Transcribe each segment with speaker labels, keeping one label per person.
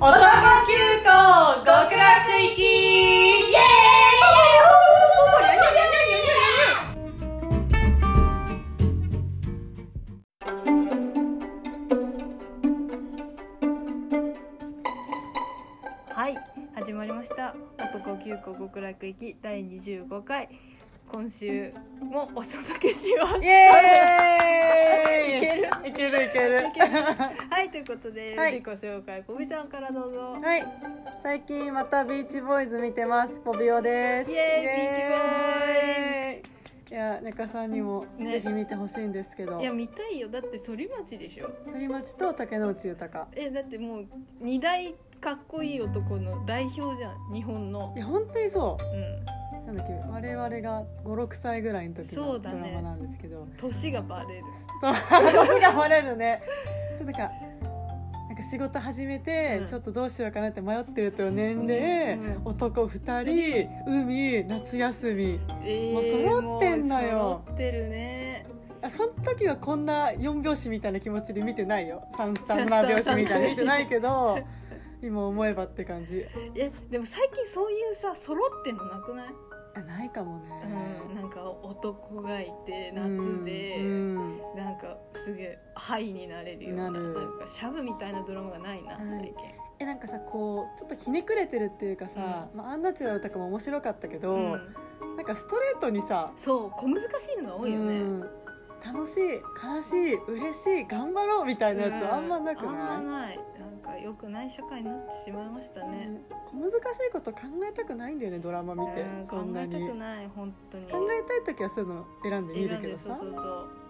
Speaker 1: 男急行極楽行きイエーイ
Speaker 2: はい始まりました男急行極楽行き第25回今週もお届けします
Speaker 1: イエーイ
Speaker 2: いけ
Speaker 1: いけ
Speaker 2: る
Speaker 1: るいける
Speaker 2: いけるはいということで、
Speaker 1: はい
Speaker 2: 自己紹介こびちゃんからどうぞ
Speaker 1: はい最近またビーチボーイズ見てますポビオです
Speaker 2: イエーイ
Speaker 1: イビーチボーイズいやネカさんにもぜ
Speaker 2: ね
Speaker 1: ひ見てほしいんですけど、
Speaker 2: いや見たいよだって反町でしょ
Speaker 1: 反町と竹野内豊
Speaker 2: えだってもう二大かっこいい男の代表じゃん日本の
Speaker 1: いや本当にそううなんだっけ我々が56歳ぐらいの時
Speaker 2: そ
Speaker 1: の
Speaker 2: う
Speaker 1: ド
Speaker 2: だ
Speaker 1: ラ
Speaker 2: ね
Speaker 1: マなんですけど、
Speaker 2: ん年がバレる
Speaker 1: そう年がバレるねちょっとなんかなんか仕事始めて、
Speaker 2: うん
Speaker 1: ちょっとどうしようかなって迷ってるという年齢、
Speaker 2: うん
Speaker 1: 男2人海夏休み
Speaker 2: え
Speaker 1: もう揃ってんのよ
Speaker 2: もう揃ってるね
Speaker 1: あその時はこんな4拍子みたいな気持ちで見てないよ
Speaker 2: そう
Speaker 1: 337拍子みたいな見てないけど今思えばって感じ
Speaker 2: えでも最近そういうさ揃ってんのなくない
Speaker 1: あないかもね、
Speaker 2: うん、なんか男がいて夏で、
Speaker 1: うん
Speaker 2: なんかすげえハイになれるような
Speaker 1: なる
Speaker 2: んかシャブみたいなドラマがないな
Speaker 1: はい
Speaker 2: 最近、
Speaker 1: えなんかさこうちょっとひねくれてるっていうかさ、まあ、アンナチュラルとかも面白かったけど、
Speaker 2: うん、
Speaker 1: なんかストレートにさ
Speaker 2: そう小難しいのが多いよね、
Speaker 1: うん楽しい悲しい嬉しい頑張ろうみたいなやつ、
Speaker 2: うん
Speaker 1: あんまなく
Speaker 2: あんま
Speaker 1: ない
Speaker 2: ないなんか良くない社会になってしまいましたね、
Speaker 1: ね小難しいこと考えたくないんだよねドラマ見て、
Speaker 2: うん、
Speaker 1: そ
Speaker 2: 考
Speaker 1: んな
Speaker 2: え
Speaker 1: に
Speaker 2: たく
Speaker 1: 考
Speaker 2: ない本当に
Speaker 1: えたい時はそういうの選んで見るけど
Speaker 2: 選
Speaker 1: さ
Speaker 2: んでそうそう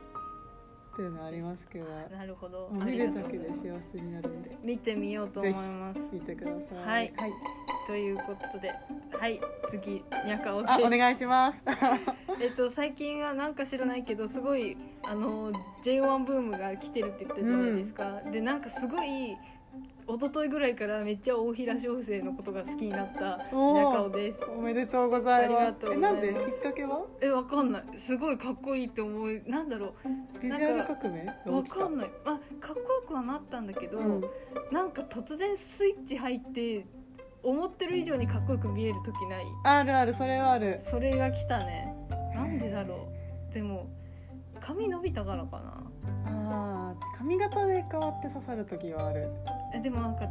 Speaker 1: っていうのはありますけど
Speaker 2: そうなるほど
Speaker 1: もう
Speaker 2: あ
Speaker 1: 見
Speaker 2: りが
Speaker 1: る
Speaker 2: とう
Speaker 1: だ
Speaker 2: ござ
Speaker 1: け
Speaker 2: い
Speaker 1: で
Speaker 2: ます
Speaker 1: 幸せになるんで
Speaker 2: 見てみようと思います
Speaker 1: 見てください
Speaker 2: はいということではい次にゃかおです
Speaker 1: あお願いします
Speaker 2: えっと、最近はなんか知らないけどすごいあの J1 ブームが来てるって言ったじゃないですか、でなんかすごい一昨日ぐらいからめっちゃ大平小生のことが好きになった
Speaker 1: おー
Speaker 2: 中尾です
Speaker 1: おめでとうござい
Speaker 2: あり
Speaker 1: ま
Speaker 2: が
Speaker 1: す
Speaker 2: とう
Speaker 1: え
Speaker 2: ござい
Speaker 1: な
Speaker 2: ま
Speaker 1: ん
Speaker 2: す
Speaker 1: できっかけは
Speaker 2: えわかんないすごいかっこいいって思うなんだろ
Speaker 1: ビジュアル革命
Speaker 2: うわかん
Speaker 1: な
Speaker 2: ないあかっこよくはなったんだけど、
Speaker 1: うん、
Speaker 2: なんか突然スイッチ入って思ってる以上にかっこよく見える時ない
Speaker 1: あるあるそれはある
Speaker 2: それが来たねなんでだろうでも髪伸びたからかな
Speaker 1: ああ髪型で変わって刺さる時はある、
Speaker 2: えでもなんか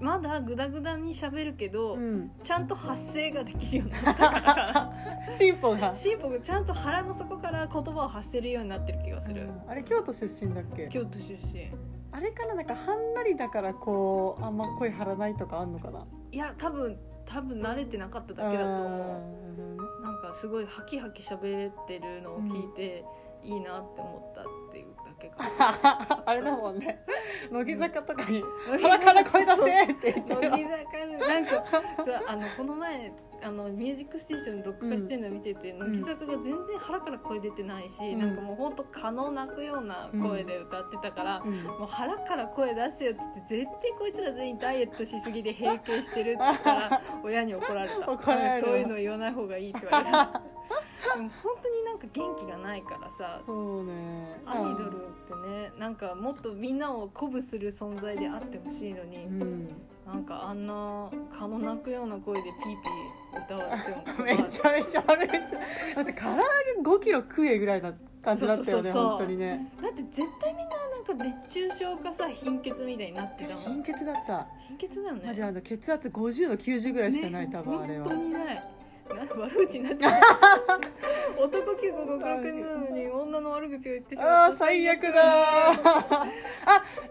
Speaker 2: まだグダグダに喋るけど、
Speaker 1: うん、
Speaker 2: ちゃんと発声ができるようになったか ら
Speaker 1: 進歩が
Speaker 2: 進歩がちゃんと腹の底から言葉を発せるようになってる気がする、
Speaker 1: うんあれ京都出身だっけ
Speaker 2: 京都出身
Speaker 1: あれかななんかはんなりだからこうあんま声張らないとかあんのかない
Speaker 2: や多分多分慣れてなかっただけだと思うなんかすごいハキハキ喋ってるのを聞いて、いいなって思ったっていうだけ か
Speaker 1: あーなるほどねあれだもんね乃木坂とかに「腹から声出せ!」って言って
Speaker 2: 乃
Speaker 1: る
Speaker 2: 木坂のなんかさあのこの前あの「ミュージックステーション」録画してるの見てて、
Speaker 1: ん
Speaker 2: 乃木坂が全然腹から声出てないし、
Speaker 1: ん
Speaker 2: なんかもうほんと可能泣くような声で歌ってたから、
Speaker 1: うん
Speaker 2: もう腹から声出せよっつって絶対こいつら全員ダイエットしすぎで閉経してるっつった ら親に怒られた
Speaker 1: 怒られる
Speaker 2: そういうの言わない方がいいって言わ れたでも本当になんか元気がないからさ
Speaker 1: そうね
Speaker 2: アイドルってねなんかもっとみんなを鼓舞する存在であってほしいのに、
Speaker 1: うん
Speaker 2: なんかあんな蚊の鳴くような声でピーピー歌われても
Speaker 1: めちゃめちゃ歩いてだって唐揚げ5キロ食えぐらいな感じだったよね
Speaker 2: そうそうそうそう
Speaker 1: 本当にね
Speaker 2: だって絶対みんななんか熱中症かさ貧血みたいになってたも
Speaker 1: 貧
Speaker 2: ん
Speaker 1: 血だった
Speaker 2: 貧血だよね
Speaker 1: マジあの血圧50の90ぐらいしかない、多分あれは
Speaker 2: 本当にないな悪口になっ ちゃう男急行極楽なのに女の悪口を言ってしま
Speaker 1: あ
Speaker 2: っ
Speaker 1: ー
Speaker 2: た
Speaker 1: 最悪だーあ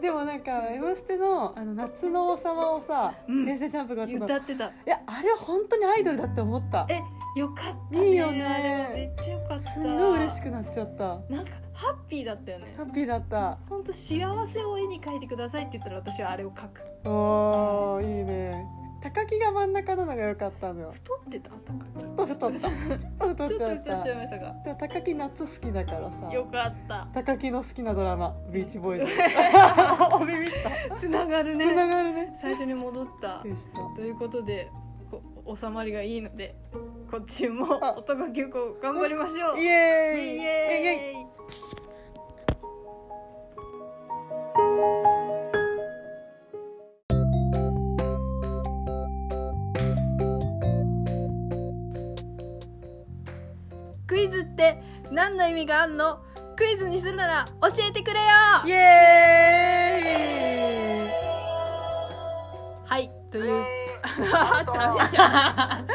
Speaker 1: でもなんか「M ステの」あの夏の王様をさ「
Speaker 2: うん
Speaker 1: 平成ジャンプ」がやってたの
Speaker 2: 歌ってた
Speaker 1: いやあれは本当にアイドルだって思った
Speaker 2: えよかったね
Speaker 1: いいよね
Speaker 2: あれはめっちゃよかった
Speaker 1: すんごい嬉しくなっちゃった
Speaker 2: なんかハッピーだったよね
Speaker 1: ハッピーだった
Speaker 2: 本当幸せを絵に描いてくださいって言ったら私はあれを描く
Speaker 1: おーいいね高木が真ん中なのが良かったのよ
Speaker 2: 太ってた
Speaker 1: ちょっと太ったちょっと太っ
Speaker 2: ちょっ
Speaker 1: ちゃ
Speaker 2: と
Speaker 1: っ
Speaker 2: しちゃ
Speaker 1: た
Speaker 2: っちゃいましたが
Speaker 1: でも高木夏好きだからさ
Speaker 2: よかった
Speaker 1: 高木の好きなドラマ「ビーチボーイ ズ」 おビビった
Speaker 2: つながる
Speaker 1: つな
Speaker 2: ね
Speaker 1: がるね
Speaker 2: 最初に戻った
Speaker 1: でした
Speaker 2: ということでこ収まりがいいのでこっちも
Speaker 1: あ
Speaker 2: 男急行頑張りましょう
Speaker 1: イ
Speaker 2: イ
Speaker 1: エーイイエーイ
Speaker 2: エーイ何の意味があんのクイズにするなら教えてくれよ
Speaker 1: イエーイ
Speaker 2: はいという
Speaker 1: ダメ
Speaker 2: は
Speaker 1: じゃんは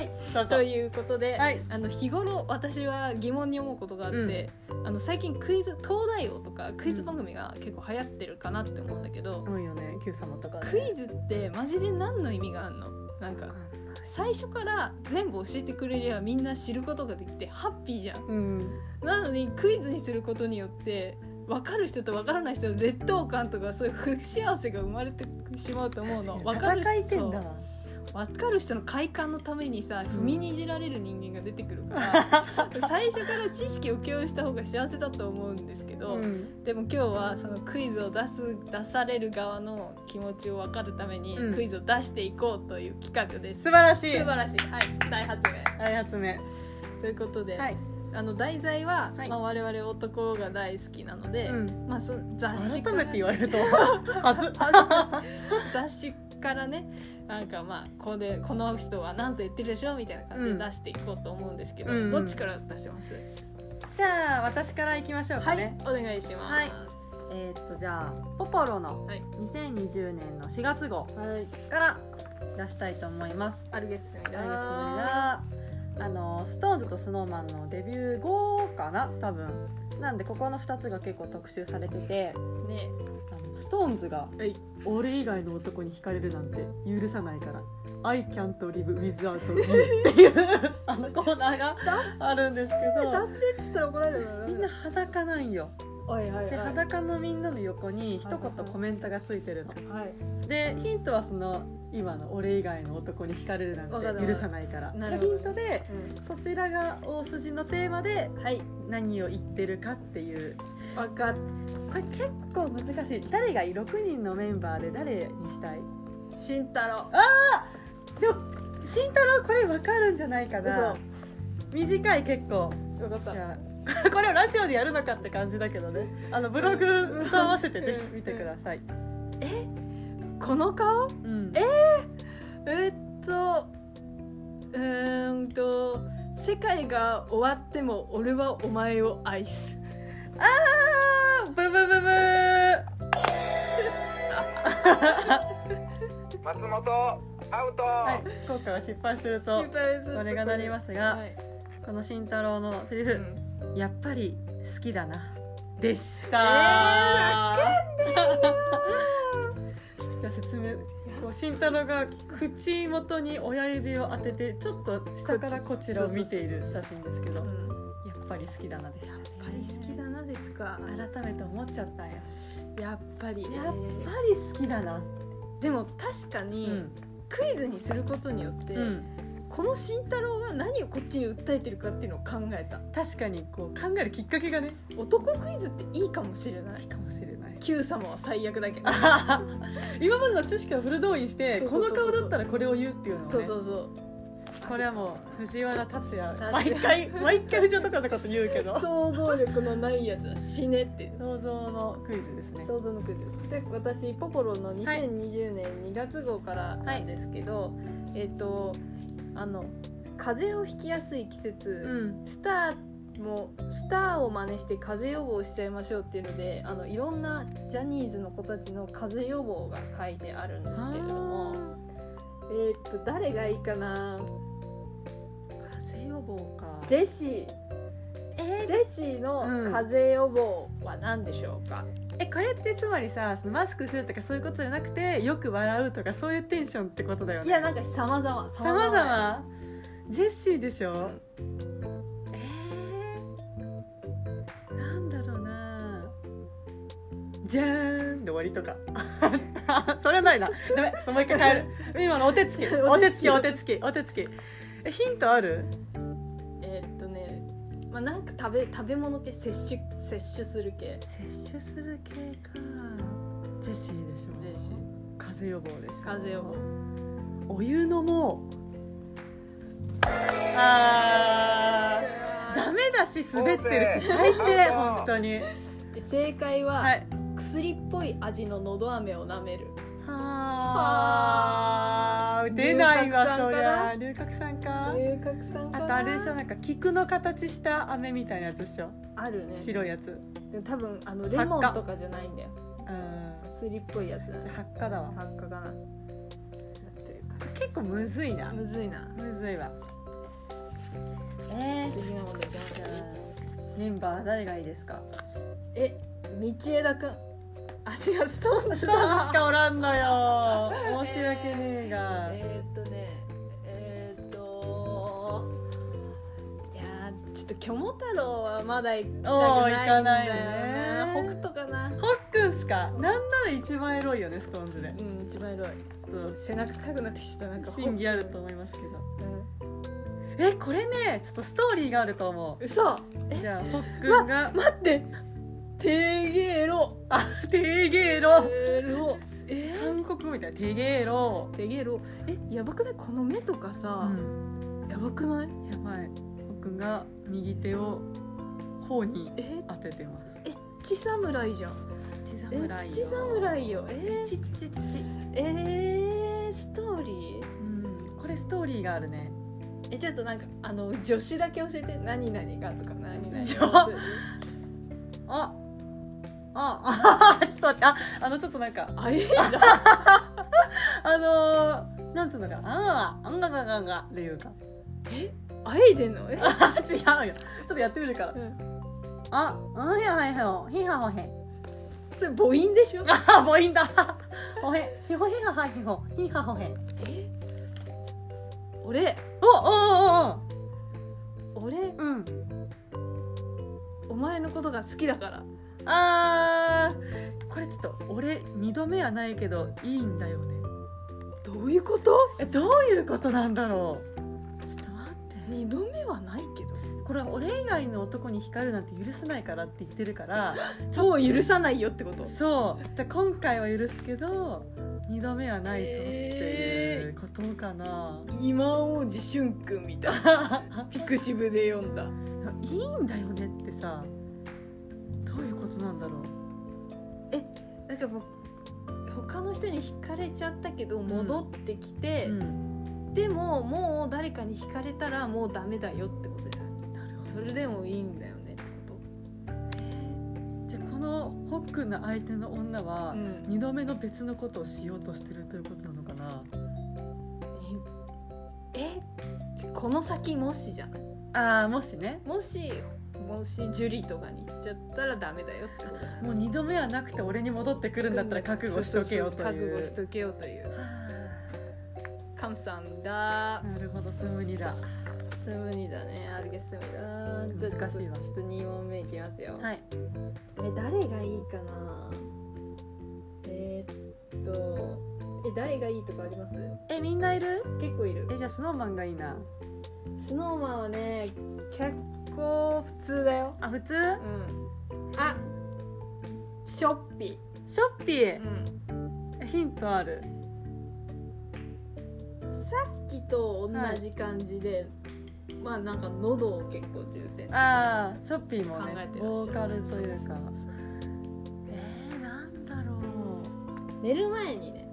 Speaker 1: いどうぞ
Speaker 2: ということで、
Speaker 1: はい
Speaker 2: あの日頃私は疑問に思うことがあって、あの最近クイズ東大王とかクイズ番組が結構流行ってるかなって思うんだけど、
Speaker 1: 多いよね Q 様とかね
Speaker 2: クイズってマジで何の意味があんのなんか最初から全部教えてくれりゃみんな知ることができてハッピーじゃん
Speaker 1: うん
Speaker 2: なのにクイズにすることによって分かる人と分からない人の劣等感とかそういう不幸せが生まれてしまうと思うの
Speaker 1: 確
Speaker 2: 分
Speaker 1: か
Speaker 2: か
Speaker 1: に
Speaker 2: る
Speaker 1: 戦いて
Speaker 2: 人
Speaker 1: んだわ
Speaker 2: 分かる人の快感のためにさ踏みにじられる人間が出てくる から、最初から知識を共有した方が幸せだと思うんですけど、
Speaker 1: うん
Speaker 2: でも今日はそのクイズを出す出される側の気持ちを分かるために
Speaker 1: うん
Speaker 2: クイズを出していこうという企画で
Speaker 1: 素
Speaker 2: す、
Speaker 1: 晴らしい
Speaker 2: 素晴らしいはい大発
Speaker 1: はい発明
Speaker 2: 明ということで、
Speaker 1: はい
Speaker 2: あの題材は、
Speaker 1: はい
Speaker 2: まあ、我々男が大好きなので、
Speaker 1: うん
Speaker 2: まあ、そ雑誌か
Speaker 1: 改
Speaker 2: ら
Speaker 1: めて言われるとは ず
Speaker 2: 雑誌からねなんかまあこれこの人は何と言ってるでしょみたいな感じで出していこうと思うんですけど、
Speaker 1: うん
Speaker 2: どっちから出します、
Speaker 1: じゃあ私から行きましょう
Speaker 2: は
Speaker 1: か
Speaker 2: い
Speaker 1: ね、
Speaker 2: お願いします
Speaker 1: はいえーっとじゃあポポロの
Speaker 2: はい
Speaker 1: 2020年の4月号
Speaker 2: はい
Speaker 1: から出したいと思います
Speaker 2: あるです
Speaker 1: 来
Speaker 2: み
Speaker 1: 月があのストーンズとスノーマンのデビュー後かな多分なんでここの2つが結構特集されてて
Speaker 2: ね
Speaker 1: あのストーンズが
Speaker 2: はい
Speaker 1: 俺以外の男に惹かれるなんて許さないから「I can't live without you」っていう あのコーナーがあるんですけど
Speaker 2: せっつったら怒られるの
Speaker 1: みんな裸なんよ
Speaker 2: おいはい
Speaker 1: で裸のみんなの横に一言コメントがついてるの
Speaker 2: はい
Speaker 1: でヒントはその今の俺以外の男に惹かれるなん
Speaker 2: わかる
Speaker 1: て
Speaker 2: わかる
Speaker 1: 許さないから
Speaker 2: な
Speaker 1: が
Speaker 2: るほど
Speaker 1: ヒントでそちらが大筋のテーマで
Speaker 2: はい
Speaker 1: 何を言ってるかっていう
Speaker 2: 分かっ
Speaker 1: これ結構難しい誰がいい6人のメンバーで誰にしたい
Speaker 2: 慎太郎
Speaker 1: でも慎太郎これ分かるんじゃないかな短い結構
Speaker 2: 分かった
Speaker 1: じゃあ これをラジオでやるのかって感じだけどねあのブログと合わせてぜひ見てください、
Speaker 2: この顔
Speaker 1: うん、
Speaker 2: えーっとうーんと世界が終わっても俺はお前を愛す
Speaker 1: あーブブブブー
Speaker 3: 松本アウト、
Speaker 1: はい、今回は失敗すると
Speaker 2: 心配する
Speaker 1: これがなりますが、
Speaker 2: はい
Speaker 1: この慎太郎のセリフ、
Speaker 2: うん
Speaker 1: やっぱり好きだなでした、 じゃあ説明こう慎太郎が口元に親指を当ててちょっと下からこちらを見ている写真ですけど
Speaker 2: う
Speaker 1: や
Speaker 2: ん
Speaker 1: っぱり好きだなでした、ね、
Speaker 2: やっぱり好きだなですか
Speaker 1: 改めて思っちゃったんややっ
Speaker 2: やっぱり、
Speaker 1: やっぱり
Speaker 2: え
Speaker 1: 好きだな
Speaker 2: ーでも確か
Speaker 1: う
Speaker 2: に、
Speaker 1: ん
Speaker 2: クイズにすることによって、
Speaker 1: うん
Speaker 2: この慎太郎は何をこっちに訴えてるかっていうのを考えた
Speaker 1: 確かにこう考えるきっかけがね
Speaker 2: 男クイズっていいかもしれない
Speaker 1: いいかもしれない
Speaker 2: Q 様は最悪だ けど
Speaker 1: 今までの知識をフル動員して
Speaker 2: そ
Speaker 1: こ
Speaker 2: うそうそ
Speaker 1: の
Speaker 2: うそう
Speaker 1: 顔だったらこれを言うっていうのをね
Speaker 2: そうそうそう
Speaker 1: これはもう藤原竜也
Speaker 2: 也
Speaker 1: 毎回毎回藤原竜也のこと言うけど
Speaker 2: 想像力のないやつは死ねって
Speaker 1: 想像のクイズですね
Speaker 2: 想像のクイズで私ポポロの
Speaker 1: はい
Speaker 2: 2020年2月号からなんですけど、えっ、とあの風邪をひきやすい季
Speaker 1: う
Speaker 2: 節、
Speaker 1: ん
Speaker 2: スターもスターを真似して風邪予防しちゃいましょうっていうのであのいろんなジャニーズの子たちの風邪予防が書いてあるんですけれどもえっ、と誰がいいかな
Speaker 1: 風邪予防か
Speaker 2: ジェシ
Speaker 1: え
Speaker 2: ージ
Speaker 1: ー
Speaker 2: ェシーの風邪予防は何でしょうか、
Speaker 1: えこれってつまりさそのマスクするとかそういうことじゃなくてよく笑うとかそういうテンションってことだよ
Speaker 2: い
Speaker 1: ね
Speaker 2: やなんか様々
Speaker 1: さまざまジェシーでしょ、えー、なんだろうなじゃーんで終わりとか それはないなダメちょっともう一回 変える今のお手つきお手つきお手つきお手つきえヒントある
Speaker 2: えーっとね、まあ、なんか食べ食べ物系摂取摂取する系
Speaker 1: 摂取する系かジェシーでしょ
Speaker 2: ジェシー
Speaker 1: 風邪予防でしょ
Speaker 2: 風邪予防
Speaker 1: お湯飲もう あーダメだし滑ってるし最低本当に
Speaker 2: で正解は、
Speaker 1: はい
Speaker 2: 薬っぽい味ののど飴を舐める
Speaker 1: あはあ出ないわそりゃ龍角散か
Speaker 2: 龍角散か
Speaker 1: あ
Speaker 2: な
Speaker 1: とあれでしょなんか菊の形した飴みたいなやつでしょ
Speaker 2: あるね
Speaker 1: 白いやつ
Speaker 2: でも多分あのレモンとかじゃないんだよ
Speaker 1: うん
Speaker 2: 薬っぽいやつ
Speaker 1: じゃ
Speaker 2: だ
Speaker 1: あ
Speaker 2: ね
Speaker 1: 発火だわ
Speaker 2: 発火かななってる
Speaker 1: 結構むずいな
Speaker 2: かむずいな
Speaker 1: むずいわえ
Speaker 2: 次の問題じゃ
Speaker 1: じ
Speaker 2: な
Speaker 1: ゃ
Speaker 2: い
Speaker 1: あメンバー誰がいいですか
Speaker 2: え道枝くんあ違うストーンズ
Speaker 1: スター
Speaker 2: だ
Speaker 1: ズしかおらんのよ申し訳ねえが、
Speaker 2: えー、っとねえー、っといやーちょっと「虚無太郎」はまだ行きたくな
Speaker 1: お
Speaker 2: いんだよな
Speaker 1: ー行かないね
Speaker 2: 北斗かな
Speaker 1: ホックンっすかなんなら一番エロいよねストーンズで
Speaker 2: うん一番エロい
Speaker 1: ちょっ
Speaker 2: 背中かくなってきちゃったなん
Speaker 1: と
Speaker 2: か
Speaker 1: 審議あると思いますけどえこれねちょっとストーリーがあると思
Speaker 2: うそ、
Speaker 1: うじゃあホックンが
Speaker 2: 待っててげえろ
Speaker 1: あテゲロ
Speaker 2: えろえ
Speaker 1: 韓国みたいテゲロ
Speaker 2: ー、てげえろえやばくないこの目とか
Speaker 1: う
Speaker 2: さ、
Speaker 1: ん
Speaker 2: やばくない
Speaker 1: やばいホックンが右手を頬に
Speaker 2: え
Speaker 1: 当ててます
Speaker 2: エッチ侍じゃん
Speaker 1: チ
Speaker 2: エッチ侍よえー、
Speaker 1: チチチチチ
Speaker 2: えー、ストーリー
Speaker 1: うんこれストーリーがあるね
Speaker 2: えちょっとなんかあの女子だけ教えて何々がとか何々
Speaker 1: ちょ
Speaker 2: が
Speaker 1: あああ ちょっと待ってああのちょっとなんか
Speaker 2: あえ
Speaker 1: あのー、なんつうのかあんがあんががががっていうか
Speaker 2: あえいでんのえ、
Speaker 1: あ違うよちょっとやってみるから
Speaker 2: うん、
Speaker 1: あうんへはへほひはほへ
Speaker 2: それ母音でしょ
Speaker 1: あ母音だほへひほひははひほひはほへ
Speaker 2: え俺
Speaker 1: おおおお
Speaker 2: 俺
Speaker 1: うん
Speaker 2: お前のことが好きだから
Speaker 1: あーこれちょっと俺二度目はないけどいいんだよね
Speaker 2: どういうこと
Speaker 1: えどういうことなんだろうちょっと待って
Speaker 2: 二度目はないけど
Speaker 1: これは俺以外の男に光るなんて許せないからって言ってるから
Speaker 2: もう許さないよってこと
Speaker 1: そうだから今回は許すけど二度目はないぞっていうことかな、
Speaker 2: 今王子俊君みたいなピクシブで読んだ
Speaker 1: いいんだよねってさどういうことなんだろう
Speaker 2: なんかもう他の人に惹かれちゃったけど戻ってきて、
Speaker 1: うん
Speaker 2: でももう誰かに惹かれたらもうダメだよってことじゃない
Speaker 1: なるほど
Speaker 2: それでもいいんだよねってこ
Speaker 1: じゃあこのホックンの相手の女
Speaker 2: と、
Speaker 1: は、
Speaker 2: ん、
Speaker 1: 二度目の別のことをしようとしてるということなのかな
Speaker 2: えこの先もしじゃない
Speaker 1: ああもしね
Speaker 2: もしもしジュリとかに行っちゃったらダメだよってことだ
Speaker 1: もう二度目はなくて俺に戻ってくるんだったら覚悟しとけよという
Speaker 2: 覚悟しとけよというカムさんだ
Speaker 1: なるほど、スムニだ。
Speaker 2: スムニだねあるけスムニだ
Speaker 1: 難しいわ
Speaker 2: ちょっと2問目いきますよ、
Speaker 1: はい。
Speaker 2: え誰がいいかなえーっとえ誰がいいとかあります
Speaker 1: え、みんないる。
Speaker 2: 結構いる
Speaker 1: え、じゃあ、スノーマンがいいな。
Speaker 2: スノーマンはね結構普通だよ
Speaker 1: あ、普通。
Speaker 2: うんあショッピ
Speaker 1: ショッピー
Speaker 2: ー、うん
Speaker 1: えヒントある。
Speaker 2: さっきと同じ感じで、まあなんか喉を結構重点
Speaker 1: ああ、ショッピーも
Speaker 2: 考え
Speaker 1: ね、
Speaker 2: てらっしゃる
Speaker 1: ボーカルというか
Speaker 2: そ。そそう
Speaker 1: えー、なんだろう。
Speaker 2: 寝る前にね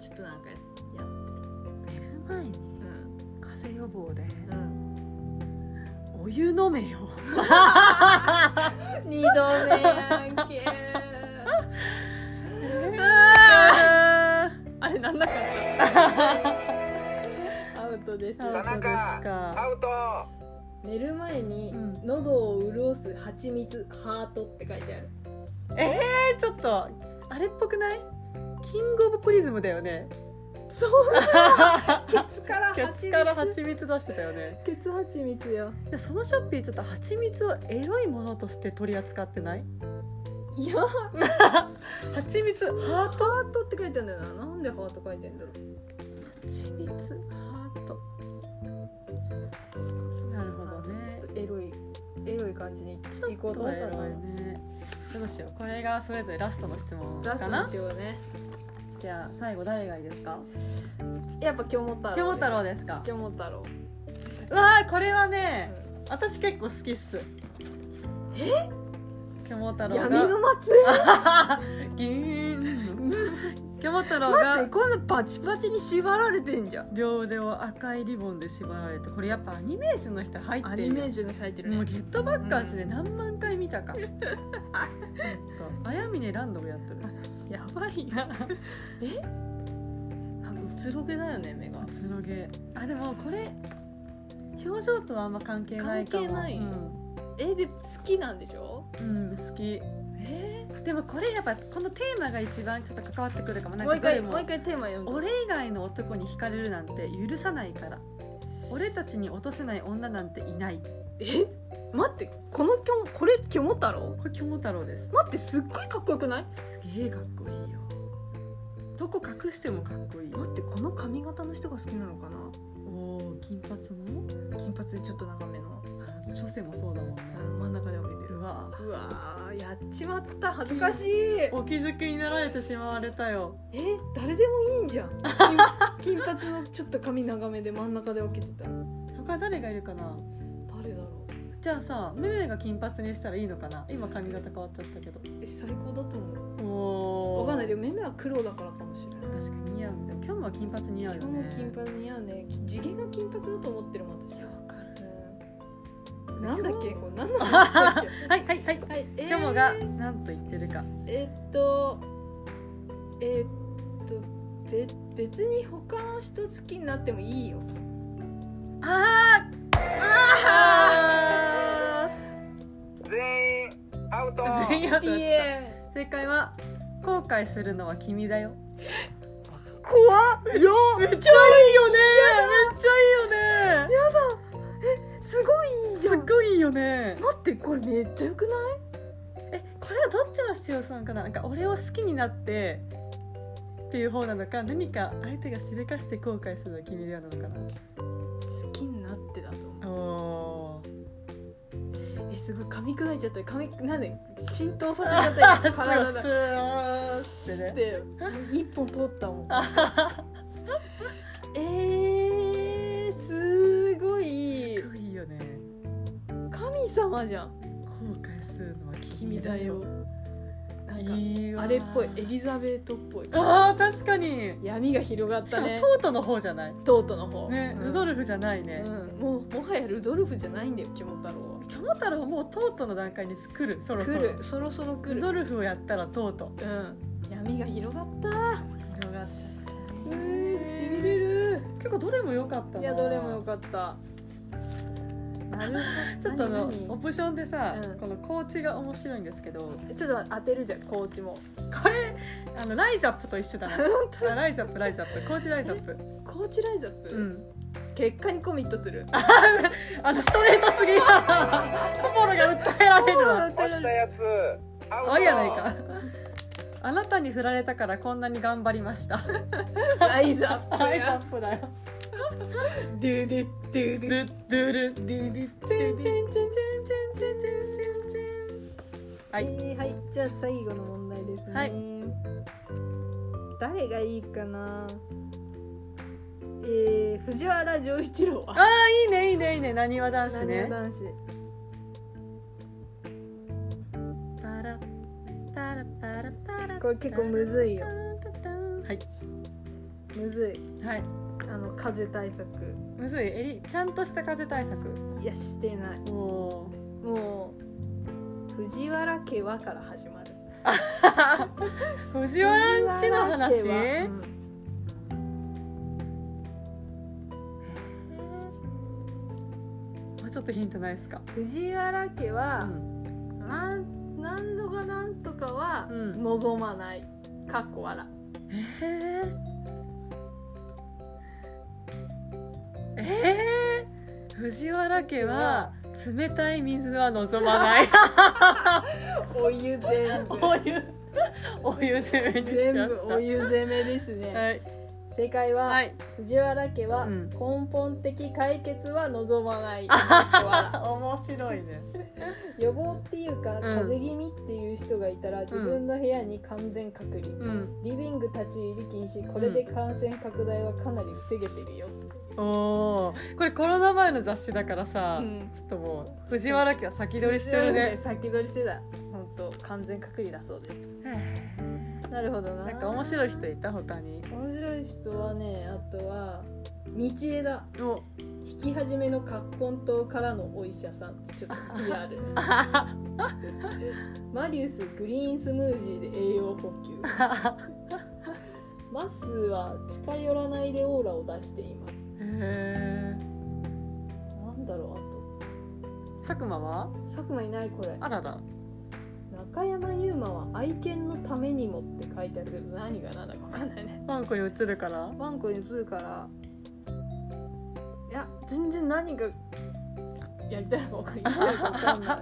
Speaker 2: ちょっとなんかやってる
Speaker 1: 寝る前に
Speaker 2: うん
Speaker 1: 風邪予防で。
Speaker 2: うん
Speaker 1: お湯飲めよ。
Speaker 2: 二度目やん け
Speaker 1: あ
Speaker 2: あれなんなかったアウトです
Speaker 1: ー、アウトです
Speaker 3: ア
Speaker 1: か。
Speaker 3: ウト
Speaker 2: 寝る前に
Speaker 1: うん
Speaker 2: 喉を潤す蜂蜜ハートって書いてある
Speaker 1: え、ちょっと。あれっぽくない。キングオブプリズムだよ ね。
Speaker 2: そう
Speaker 1: ケ
Speaker 2: ツから
Speaker 1: ツから蜂蜜出してたよね。
Speaker 2: ケツ蜂蜜よ
Speaker 1: でそのショッピーちょっと蜂蜜をエロいものとして取り扱ってない
Speaker 2: いやハ
Speaker 1: 蜂蜜ハート
Speaker 2: ートって書いてあるんだよななんでハート書いてんだろう
Speaker 1: 蜂蜜ハートなるほどね
Speaker 2: ちょっとエロいエロい感じに
Speaker 1: ちょ
Speaker 2: 行こう
Speaker 1: っと
Speaker 2: と思っ
Speaker 1: エ
Speaker 2: た
Speaker 1: ロい
Speaker 2: の
Speaker 1: ねどうしようこれがそれぞれラストの質問
Speaker 2: ラス
Speaker 1: か
Speaker 2: トの
Speaker 1: な
Speaker 2: しようね
Speaker 1: じゃあ最後誰がいいですか
Speaker 2: やっぱ京本太郎
Speaker 1: 京本太郎ですか
Speaker 2: 京本太郎
Speaker 1: うわーこれはね私結構好きっすモ太郎
Speaker 2: 闇
Speaker 1: が
Speaker 2: の祭り
Speaker 1: ギーンキョモ太郎
Speaker 2: 待って
Speaker 1: が
Speaker 2: こんなパチパチに縛られてんじゃん
Speaker 1: 両腕を赤いリボンで縛られてこれやっぱアニメーションの人入って
Speaker 2: ア
Speaker 1: る
Speaker 2: ニメーションの入ってる
Speaker 1: もう
Speaker 2: ね
Speaker 1: ゲットバッカーズで何万回見た かああやみねランドもやっとる
Speaker 2: やばいよあうつろげだよね目が
Speaker 1: つろげあでもこれ表情とはあんま関係ないかも
Speaker 2: 関係ない
Speaker 1: うん、
Speaker 2: えで好きなんでしょ
Speaker 1: うん好き
Speaker 2: え
Speaker 1: でもこれやっぱこのテーマが一番ちょっと関わってくるかもなん
Speaker 2: もう
Speaker 1: かどれ
Speaker 2: 一回も
Speaker 1: も
Speaker 2: う一回テーマ読んで
Speaker 1: 俺以外の男に惹かれるなんて許さないから俺たちに落とせない女なんていない
Speaker 2: え待ってこのきょこれキョモ太郎
Speaker 1: これ京太郎です
Speaker 2: 待ってすっごいかっこよくない
Speaker 1: すげえかっこいいよどこ隠してもかっこいい
Speaker 2: 待ってこの髪型の人が好きなのかな
Speaker 1: おお金髪の
Speaker 2: 金髪でちょっと長めの
Speaker 1: あ女性もそうだもんね
Speaker 2: あの真ん中で分けて
Speaker 1: う
Speaker 2: る
Speaker 1: わ
Speaker 2: うわーやっちまった恥ずかしいえ
Speaker 1: お気づきになられてしまわれたよ
Speaker 2: 誰でもいいんじ ゃん金髪のちょっと髪長めで真ん中で分けてたら
Speaker 1: 他誰がいるかな
Speaker 2: 誰だろう
Speaker 1: じゃあさめめが金髪にしたらいいのかな今髪型変わっちゃったけど
Speaker 2: え最高だと
Speaker 1: お
Speaker 2: 思う
Speaker 1: お
Speaker 2: 分かんないでもめめは黒だからかもしれない
Speaker 1: 確かに似合うんだよ今日も金髪似合うよ
Speaker 2: 今
Speaker 1: ね
Speaker 2: 日も金髪似合うねき地毛が金髪だと思ってるもん私
Speaker 1: いやわかる
Speaker 2: うんなんだっけこれ何の話だっけ
Speaker 1: はいはいはい
Speaker 2: はい、えー、
Speaker 1: 今日もが何と言ってるか
Speaker 2: えーっとえーっとべ別に他の人好きになってもいいよ
Speaker 1: あーあ
Speaker 3: 全員アウト
Speaker 1: ー全員アウト
Speaker 2: ピ
Speaker 1: だっ
Speaker 2: エ
Speaker 1: た正解は後悔するのは君だよ
Speaker 2: ン怖っよ
Speaker 1: めっちゃいいよねめっちゃいいよね
Speaker 2: すごいいいじゃ
Speaker 1: す
Speaker 2: ん
Speaker 1: っ
Speaker 2: 待
Speaker 1: ごいいいよね
Speaker 2: ってこれめっちゃよくない
Speaker 1: えこれはどっちのシチュエーションかななんか俺を好きになってっていう方なのか何か相手がしれかして後悔するのは君ではなのか
Speaker 2: 好きになってだと思
Speaker 1: なお
Speaker 2: うえすごい噛み砕いちゃった噛みなんで浸透させちゃ
Speaker 1: あ
Speaker 2: っ た
Speaker 1: す
Speaker 2: よ体
Speaker 1: ー
Speaker 2: だ
Speaker 1: すーってね
Speaker 2: で一本通ったもん
Speaker 1: あはは
Speaker 2: えー、すごい
Speaker 1: すごいよね
Speaker 2: 神様じゃん
Speaker 1: 後悔するのは
Speaker 2: 君
Speaker 1: 君
Speaker 2: だ
Speaker 1: だ
Speaker 2: よ
Speaker 1: よ
Speaker 2: なんか
Speaker 1: いいわ
Speaker 2: あれっぽいエリザベートっぽい
Speaker 1: あー確かに
Speaker 2: 闇が広がっ
Speaker 1: したかも
Speaker 2: ね
Speaker 1: トートの方じゃない
Speaker 2: トートの方
Speaker 1: ね、
Speaker 2: うん
Speaker 1: ルドルフじゃない
Speaker 2: うん
Speaker 1: ね、
Speaker 2: もうもはやルドルフじゃないんだよキモ太郎
Speaker 1: キョモ太郎もうトートの段階に来るそろ
Speaker 2: は
Speaker 1: そ
Speaker 2: 来
Speaker 1: ろ
Speaker 2: るそろそろ
Speaker 1: ル
Speaker 2: 来
Speaker 1: ド
Speaker 2: る
Speaker 1: ルフをやったらトート
Speaker 2: うん闇が広がった
Speaker 1: 広がっちゃった
Speaker 2: うーしびれる
Speaker 1: 結構どれも良かったない
Speaker 2: やどれもよかったなる
Speaker 1: ちょっとあの
Speaker 2: 何
Speaker 1: オプションでさ、
Speaker 2: うん
Speaker 1: このコーチが面白いんですけど
Speaker 2: ちょっと待って当てるじゃんコーチも
Speaker 1: これあのライザップと一緒だなあライザップライザップコーチライザップ、
Speaker 2: コーチライズアップ、
Speaker 1: うん、
Speaker 2: 結果にコミットする
Speaker 1: あのストレートすぎる心が訴えられるわ
Speaker 3: 押したやつアウト
Speaker 1: おいやないかあなたに振られたからこんなに頑張りました
Speaker 2: ライ ズアップ
Speaker 1: ライザップだよ
Speaker 2: ドゥドゥドゥ
Speaker 1: ドゥドゥ
Speaker 2: ドゥ
Speaker 1: ル
Speaker 2: ドゥドゥ
Speaker 1: チンチンチンチンチンチンチンチンはい
Speaker 2: えーはい、じゃあ最後の問題ですね。
Speaker 1: はい
Speaker 2: 誰がいいかな。えー、藤原丈一郎は。
Speaker 1: あーいいねいいねいいねなにわ男子ね
Speaker 2: なにわ男子。
Speaker 1: パラパラパラパラ
Speaker 2: これ結構むずいよ。
Speaker 1: はい
Speaker 2: むずい。
Speaker 1: はい
Speaker 2: あの風対策。
Speaker 1: むずいえりちゃんとした風対策
Speaker 2: いや、してない。
Speaker 1: おおー
Speaker 2: もう。藤原家はから始まる。
Speaker 1: 藤原んちの話
Speaker 2: 藤原家は
Speaker 1: もうちょっとヒントないですか
Speaker 2: うん藤原家
Speaker 1: う
Speaker 2: は。
Speaker 1: ん
Speaker 2: なん、何度かなんとかは
Speaker 1: うん
Speaker 2: 望まない。かっこ笑。
Speaker 1: えー、えー、藤原家は冷たい水は望まない
Speaker 2: お湯全部。
Speaker 1: お湯お湯攻めにしちゃ
Speaker 2: 全
Speaker 1: った
Speaker 2: 部お湯攻めですね、
Speaker 1: はい
Speaker 2: 正解は、
Speaker 1: はい
Speaker 2: 藤原家は
Speaker 1: うん
Speaker 2: 根本的解決は望まない、
Speaker 1: 面白いね
Speaker 2: 予防っていうか風邪気味っていう人がいたら自分の部屋に完全隔離、
Speaker 1: うん
Speaker 2: リビング立ち入り禁止これで感染拡大はかなり防げてるよ、
Speaker 1: おおこれコロナ前の雑誌だからさ、
Speaker 2: うん
Speaker 1: ちょっともう藤原家は先取りしてるね
Speaker 2: 藤原家先取りしてた
Speaker 1: 本と完全隔離だそうです
Speaker 2: なるほどな
Speaker 1: なんか面白い人いた他に
Speaker 2: 面白い人はねあとは道枝
Speaker 1: お
Speaker 2: 引き始めの葛根湯からのお医者さんちょっと PR マリウスグリーンスムージーで栄養補給マスは近寄らないでオーラを出しています
Speaker 1: へえ
Speaker 2: なんだろう
Speaker 1: 佐久間は
Speaker 2: あと佐久間いないこれ
Speaker 1: あらら
Speaker 2: 中山優馬は愛犬のためにもって書いてあるけど何が何だか分かんないね
Speaker 1: ワンコに移るから
Speaker 2: ワンコに移るからいや全然何がやりたいのか分かんない分かんない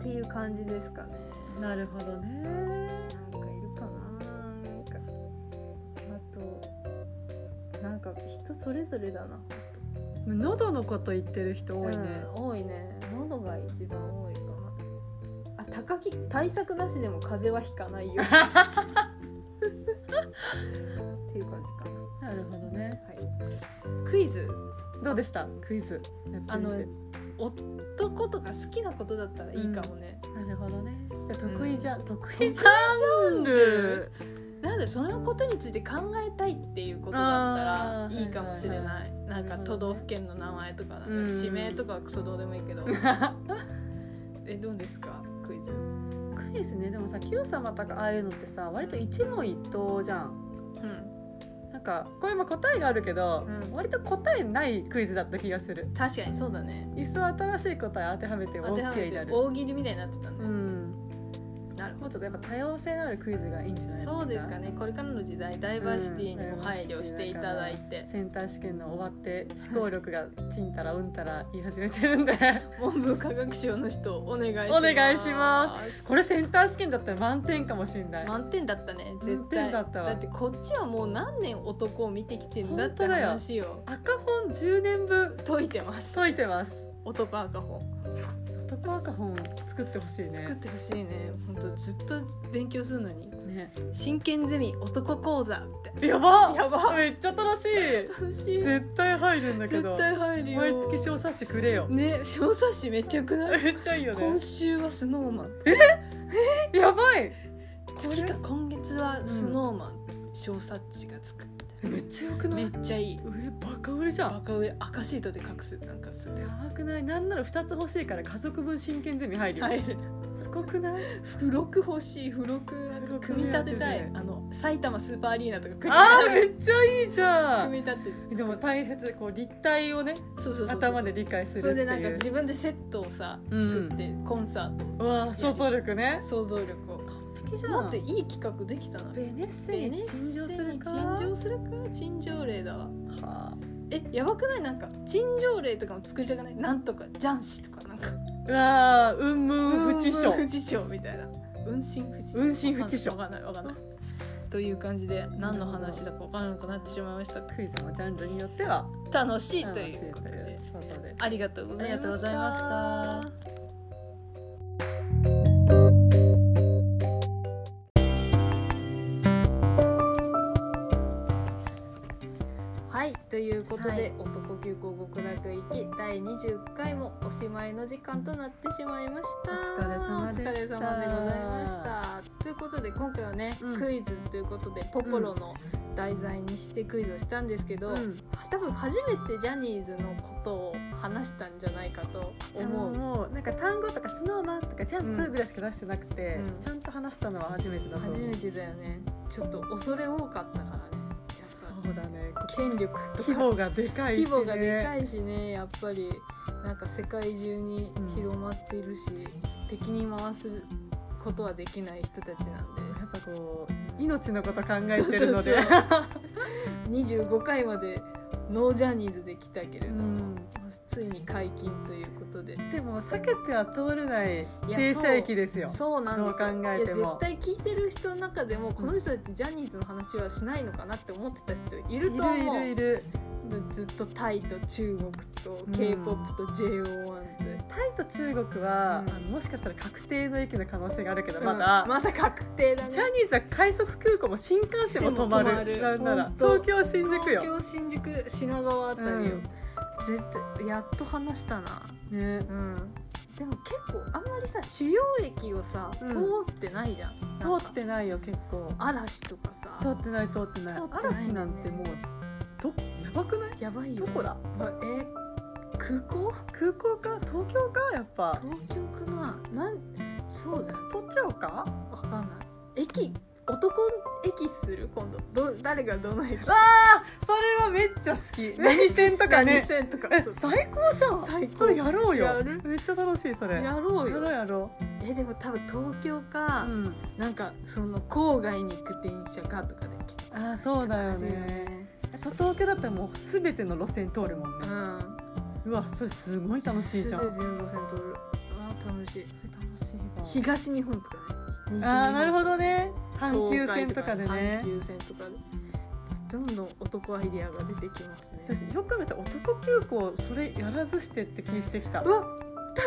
Speaker 2: っていう感じですかね
Speaker 4: なるほどね
Speaker 2: なんかいるかななんかあとなんか人それぞれだな
Speaker 4: 喉のこと言ってる人多いね、
Speaker 2: うん多いね喉が一番多いかなあ高木対策なしでも風邪はひか ないよっていう感じかな
Speaker 4: なるほどね
Speaker 2: クイズ
Speaker 4: どうでしたクイズやってみて
Speaker 2: あの男とか好きなことだったらいいかもね、
Speaker 4: なるほどね
Speaker 2: ん
Speaker 4: 得意じゃん、得意ジャンル
Speaker 2: なんだろうそのことについて考えたいっていうことだった
Speaker 4: あ
Speaker 2: ら
Speaker 4: ー
Speaker 2: いいかもしれ
Speaker 4: は
Speaker 2: ない,、なん
Speaker 4: なるほど
Speaker 2: か
Speaker 4: ね
Speaker 2: 都道府県の名前とかなんか
Speaker 4: うん
Speaker 2: 地名とかはクソどうでもいいけど えどうですかクイズ
Speaker 1: クイズねでもさ「Q 様」とかああいうのってさ割と一問一答じゃん
Speaker 2: うん
Speaker 1: なんかこれも答えがあるけど、
Speaker 2: うん
Speaker 1: 割と答えないクイズだった気がする
Speaker 2: 確かにそうだね
Speaker 1: いっそ新しい答え当てはめて
Speaker 2: 当てはめ
Speaker 1: OK にな
Speaker 2: て
Speaker 1: る
Speaker 2: 大喜利みたいになってたん
Speaker 1: う
Speaker 2: だ、
Speaker 1: ん
Speaker 2: なる
Speaker 1: もうちょっとやっぱ多様性のあるクイズがいいんじゃないですか
Speaker 2: そうですかねこれからの時代ダイバーシティにも配慮していただいて、
Speaker 1: センター試験の終わって思考力がちんたらうんたら言い始めてるん で
Speaker 2: 文部科学省の人お願いします
Speaker 1: お願いしまこれセンター試験だったら満点かもしんない
Speaker 2: 満点だったね絶
Speaker 1: 満点
Speaker 2: 対
Speaker 1: だったわ
Speaker 2: ってこっちはもう何年男を見てきてんだって
Speaker 1: 本当だよ
Speaker 2: 話を
Speaker 1: 赤本10年分
Speaker 2: 解いてます
Speaker 1: 解いてます
Speaker 2: 男赤本、
Speaker 1: 男赤本作ってほしい
Speaker 2: 作っ
Speaker 1: ね
Speaker 2: てほしいね本当ずっと勉強するのに
Speaker 1: ね
Speaker 2: 真剣ゼミ男講座みたい
Speaker 1: やば
Speaker 2: やば
Speaker 1: めっちゃ楽しい
Speaker 2: な楽しい
Speaker 1: 絶対入るんだけ
Speaker 2: 絶
Speaker 1: ど
Speaker 2: 対入るよ
Speaker 1: 毎月小冊子くれよ
Speaker 2: ね小冊子めっちゃよくない
Speaker 1: めっちゃいいよ
Speaker 2: 今
Speaker 1: ね
Speaker 2: 週はスノーマン
Speaker 1: やばい
Speaker 2: 月か今月はスノーマン、小冊子がつくみたい
Speaker 1: めっちゃよく
Speaker 2: な
Speaker 1: な
Speaker 2: め
Speaker 1: い
Speaker 2: っちゃいい
Speaker 1: 売れバカ売れじゃ
Speaker 2: バ
Speaker 1: ん
Speaker 2: カ上赤シートで隠すなんかそれ
Speaker 1: やばくないなんなら2つ欲しいから家族分真剣ゼミ入るよ、
Speaker 2: 入る
Speaker 1: すごくない
Speaker 2: 付録欲しい付録なんか組み立てた
Speaker 1: 付録やっ
Speaker 2: い、
Speaker 1: てね
Speaker 2: あの埼玉スーパーアリーナとか組み
Speaker 1: あー
Speaker 2: 立
Speaker 1: めっちゃいいじ
Speaker 2: て
Speaker 1: ゃ
Speaker 2: 組
Speaker 1: ん
Speaker 2: み立てて
Speaker 1: でも大切こう立体をね
Speaker 2: そうそうそうそう
Speaker 1: 頭で理解するっ
Speaker 2: そ
Speaker 1: て
Speaker 2: れでなん
Speaker 1: い
Speaker 2: か
Speaker 1: う
Speaker 2: 自分でセットをさ
Speaker 1: うん
Speaker 2: 作って、コンサート
Speaker 1: うわ想像力ね
Speaker 2: 想像力を
Speaker 1: 完璧じ
Speaker 2: だっていい企画できたな
Speaker 1: ベネッセ
Speaker 2: ベ
Speaker 1: に
Speaker 2: ネッセ
Speaker 1: 陳情するか
Speaker 2: 陳情するか陳情令だわ
Speaker 1: はあ
Speaker 2: えやばくないなんか陳情令とかも作りたくないなんとか雀士とかなんか
Speaker 1: うわーうんむん不知症
Speaker 2: 不知症みたいな運針不知
Speaker 1: 運針不知症
Speaker 2: わかんないわかんないという感じで何の話だかわからなくなってしまいましたが
Speaker 1: クイズのジャンルによっては
Speaker 2: 楽しい
Speaker 1: 楽
Speaker 2: と
Speaker 1: しい
Speaker 2: い
Speaker 1: というう
Speaker 2: ことで
Speaker 1: ことで
Speaker 2: ありがとうございま
Speaker 1: あ
Speaker 2: した
Speaker 1: りがとうございました
Speaker 2: はいということで、
Speaker 1: はい
Speaker 2: 男急行極楽行き第29回もおしまいの時間となってしまいました
Speaker 1: お疲れ様でした
Speaker 2: お疲れ様でございましたということで今回はね、
Speaker 1: うん
Speaker 2: クイズということでポポロの題材にしてクイズをしたんですけど、
Speaker 1: うん
Speaker 2: 多分初めてジャニーズのことを話したんじゃないかと思
Speaker 1: 思う
Speaker 2: う
Speaker 1: もうなんか単語とかスノーマンとかジャンプぐらいしか出してなくて、
Speaker 2: うん
Speaker 1: ちゃんと話したのは初めてだと思う
Speaker 2: 初めてだよねちょっと恐れ多かったからねやっ
Speaker 1: そうだね
Speaker 2: ぱ権力と
Speaker 1: 規
Speaker 2: か
Speaker 1: 模がでかいし、ね、
Speaker 2: 規模がでかいしねやっぱりなんか世界中に広まっているし、敵に回すことはできない人たちなんで
Speaker 1: そうやっぱこう命のこと考えてるので
Speaker 2: そうそう25回までノージャニーズで来たけれども、
Speaker 1: うん
Speaker 2: ついに解禁ということで
Speaker 1: でも避けては通れない
Speaker 2: いや
Speaker 1: 停車駅ですよ
Speaker 2: そうなんですよ
Speaker 1: どう考えても
Speaker 2: いや絶対聞いてる人の中でもこの人たちジャニーズの話はしないのかなって思ってた人いる
Speaker 1: い
Speaker 2: と思う
Speaker 1: るいるいる
Speaker 2: ずっとタイと中国と
Speaker 1: うん
Speaker 2: k p o p と JO1 で、
Speaker 1: タイと中国は、
Speaker 2: うん
Speaker 1: あのもしかしたら確定の駅の可能性があるけど
Speaker 2: うん
Speaker 1: まだ、
Speaker 2: まだ確定だね
Speaker 1: ジャニーズは快速空港も新幹線も止まる
Speaker 2: 止ま
Speaker 1: な
Speaker 2: る
Speaker 1: んなら
Speaker 2: ほんと
Speaker 1: 東京新宿よ、
Speaker 2: 東京新宿品川あたりを、
Speaker 1: うん
Speaker 2: 絶対やっと話したな
Speaker 1: ね
Speaker 2: う、んでも結構あんまりさ主要駅をさ、
Speaker 1: うん
Speaker 2: 通ってないじゃんなん
Speaker 1: 通
Speaker 2: か
Speaker 1: ってないよ結構
Speaker 2: 嵐とかさ
Speaker 1: 通ってない通ってない
Speaker 2: 通ってない
Speaker 1: 嵐なんてもうどやばくない
Speaker 2: やばい
Speaker 1: ど
Speaker 2: よ
Speaker 1: こだ
Speaker 2: あえ空港
Speaker 1: 空港か東京かやっぱ
Speaker 2: 東京かななんそうだよ
Speaker 1: そっちゃうか
Speaker 2: わかんない駅男駅する今度ど誰がどの駅
Speaker 1: わあそれはめっちゃ好き
Speaker 2: ね
Speaker 1: 何線とかね
Speaker 2: 線とか
Speaker 1: え
Speaker 2: そう
Speaker 1: 最高じゃん
Speaker 2: 最高
Speaker 1: それやろうよ
Speaker 2: やる
Speaker 1: めっちゃ楽しいそれ
Speaker 2: やろう
Speaker 1: やろう
Speaker 2: よ
Speaker 1: やろ
Speaker 2: えでも多分東京
Speaker 1: う
Speaker 2: か、
Speaker 1: うん
Speaker 2: なんかその郊外に行く電車かとかで結構
Speaker 1: あーそうだよ
Speaker 2: あるよ
Speaker 1: ねと東京だったらもう全ての路線通るもんね
Speaker 2: うん
Speaker 1: うわそれすごい楽しいじゃん
Speaker 2: すごい全路線通るあー楽しい
Speaker 1: それ楽しいわ
Speaker 2: 東日本とかね
Speaker 1: あーなるほど
Speaker 2: ね
Speaker 1: ね阪急線とかでね
Speaker 2: 阪急線とかでどんどん男アイディアが出てきますね
Speaker 1: 私よく見たら男急行それやらずしてって気してきた
Speaker 2: うわ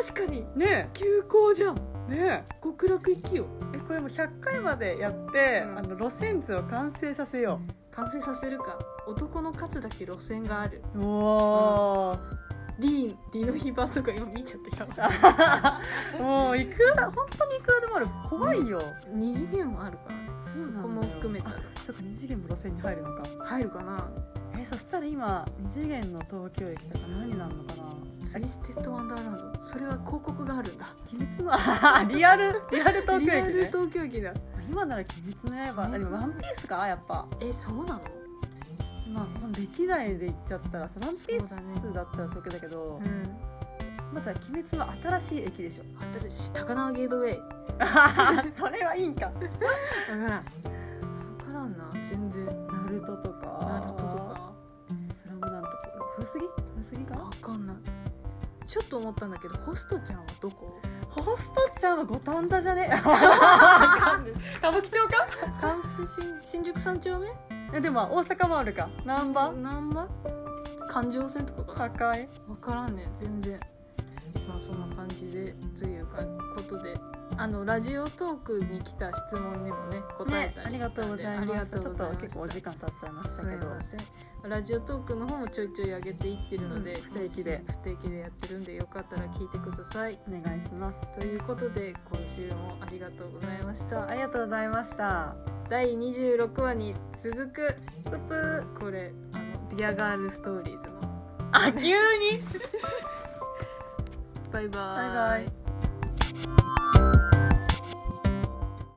Speaker 2: 確かに
Speaker 1: ね
Speaker 2: 急行じゃん
Speaker 1: えね
Speaker 2: 極楽行きよ
Speaker 1: ええこれもう100回までやって、
Speaker 2: うん
Speaker 1: あの路線図を完成させよ
Speaker 2: 完成させるか男の数だけ路線がある
Speaker 1: うおー
Speaker 2: D, D の日版とか今見ちゃったや ばい
Speaker 1: もういくらだ本当にいくらでもある怖いよ、
Speaker 2: 二次元もあるからね
Speaker 1: そう
Speaker 2: そ
Speaker 1: なんだよ
Speaker 2: こも含めたら
Speaker 1: そっか二次元も路線に入るのか
Speaker 2: 入るかな
Speaker 1: えそしたら今二次元の東京駅とか何なんのかな
Speaker 2: ツイステッドワンダーランドそれは広告があるんだ
Speaker 1: 鬼滅の あリアルリアル東
Speaker 2: リ
Speaker 1: 京
Speaker 2: ア
Speaker 1: 駅
Speaker 2: ル
Speaker 1: ね
Speaker 2: 東京駅だ
Speaker 1: 今なら鬼滅の刃あでもワンピースかやっぱ
Speaker 2: えそうなの
Speaker 1: まあもう歴代で言っちゃったらさワンピー
Speaker 2: そ
Speaker 1: スだったら東京だけど
Speaker 2: うん
Speaker 1: また鬼滅は新しい駅でし ょ
Speaker 2: 新しい高輪ゲートウェイわ
Speaker 1: それはいいんか
Speaker 2: からんわからんな全然
Speaker 1: ナルトとか
Speaker 2: ナルトとか
Speaker 1: スラムダンクとか古すぎ古すぎか
Speaker 2: わかんないちょっと思ったんだけどホストちゃんはどこ
Speaker 1: ホストちゃんは五反田じ ゃねわかんねえ歌舞伎町か
Speaker 2: 完成し新宿三丁目
Speaker 1: えでも大阪もあるか難波
Speaker 2: 難波環状線とかかな
Speaker 1: 堺
Speaker 2: 分からんね全然まあそんな感じでというかことであのラジオトークに来た質問にもね答え
Speaker 1: ね
Speaker 2: た
Speaker 1: あ
Speaker 2: り
Speaker 1: り
Speaker 2: した
Speaker 1: がと
Speaker 2: んで、
Speaker 1: うございます
Speaker 2: ありが
Speaker 1: ち
Speaker 2: と
Speaker 1: ょっ
Speaker 2: うござい
Speaker 1: と
Speaker 2: ました
Speaker 1: 結構お時間経っちゃいましたけど
Speaker 2: すいませんラジオトークの方もちょいちょい上げていってるので、
Speaker 1: うん不定期で
Speaker 2: 不定期でやってるんでよかったら聞いてください
Speaker 1: お願いします
Speaker 2: ということで今週もありがとうございました
Speaker 1: ありがとうございました
Speaker 2: 第26話に続く
Speaker 1: ぷぷ
Speaker 2: これあのディアガールストーリーズの
Speaker 1: あ急に
Speaker 2: バイバー
Speaker 1: バイバイ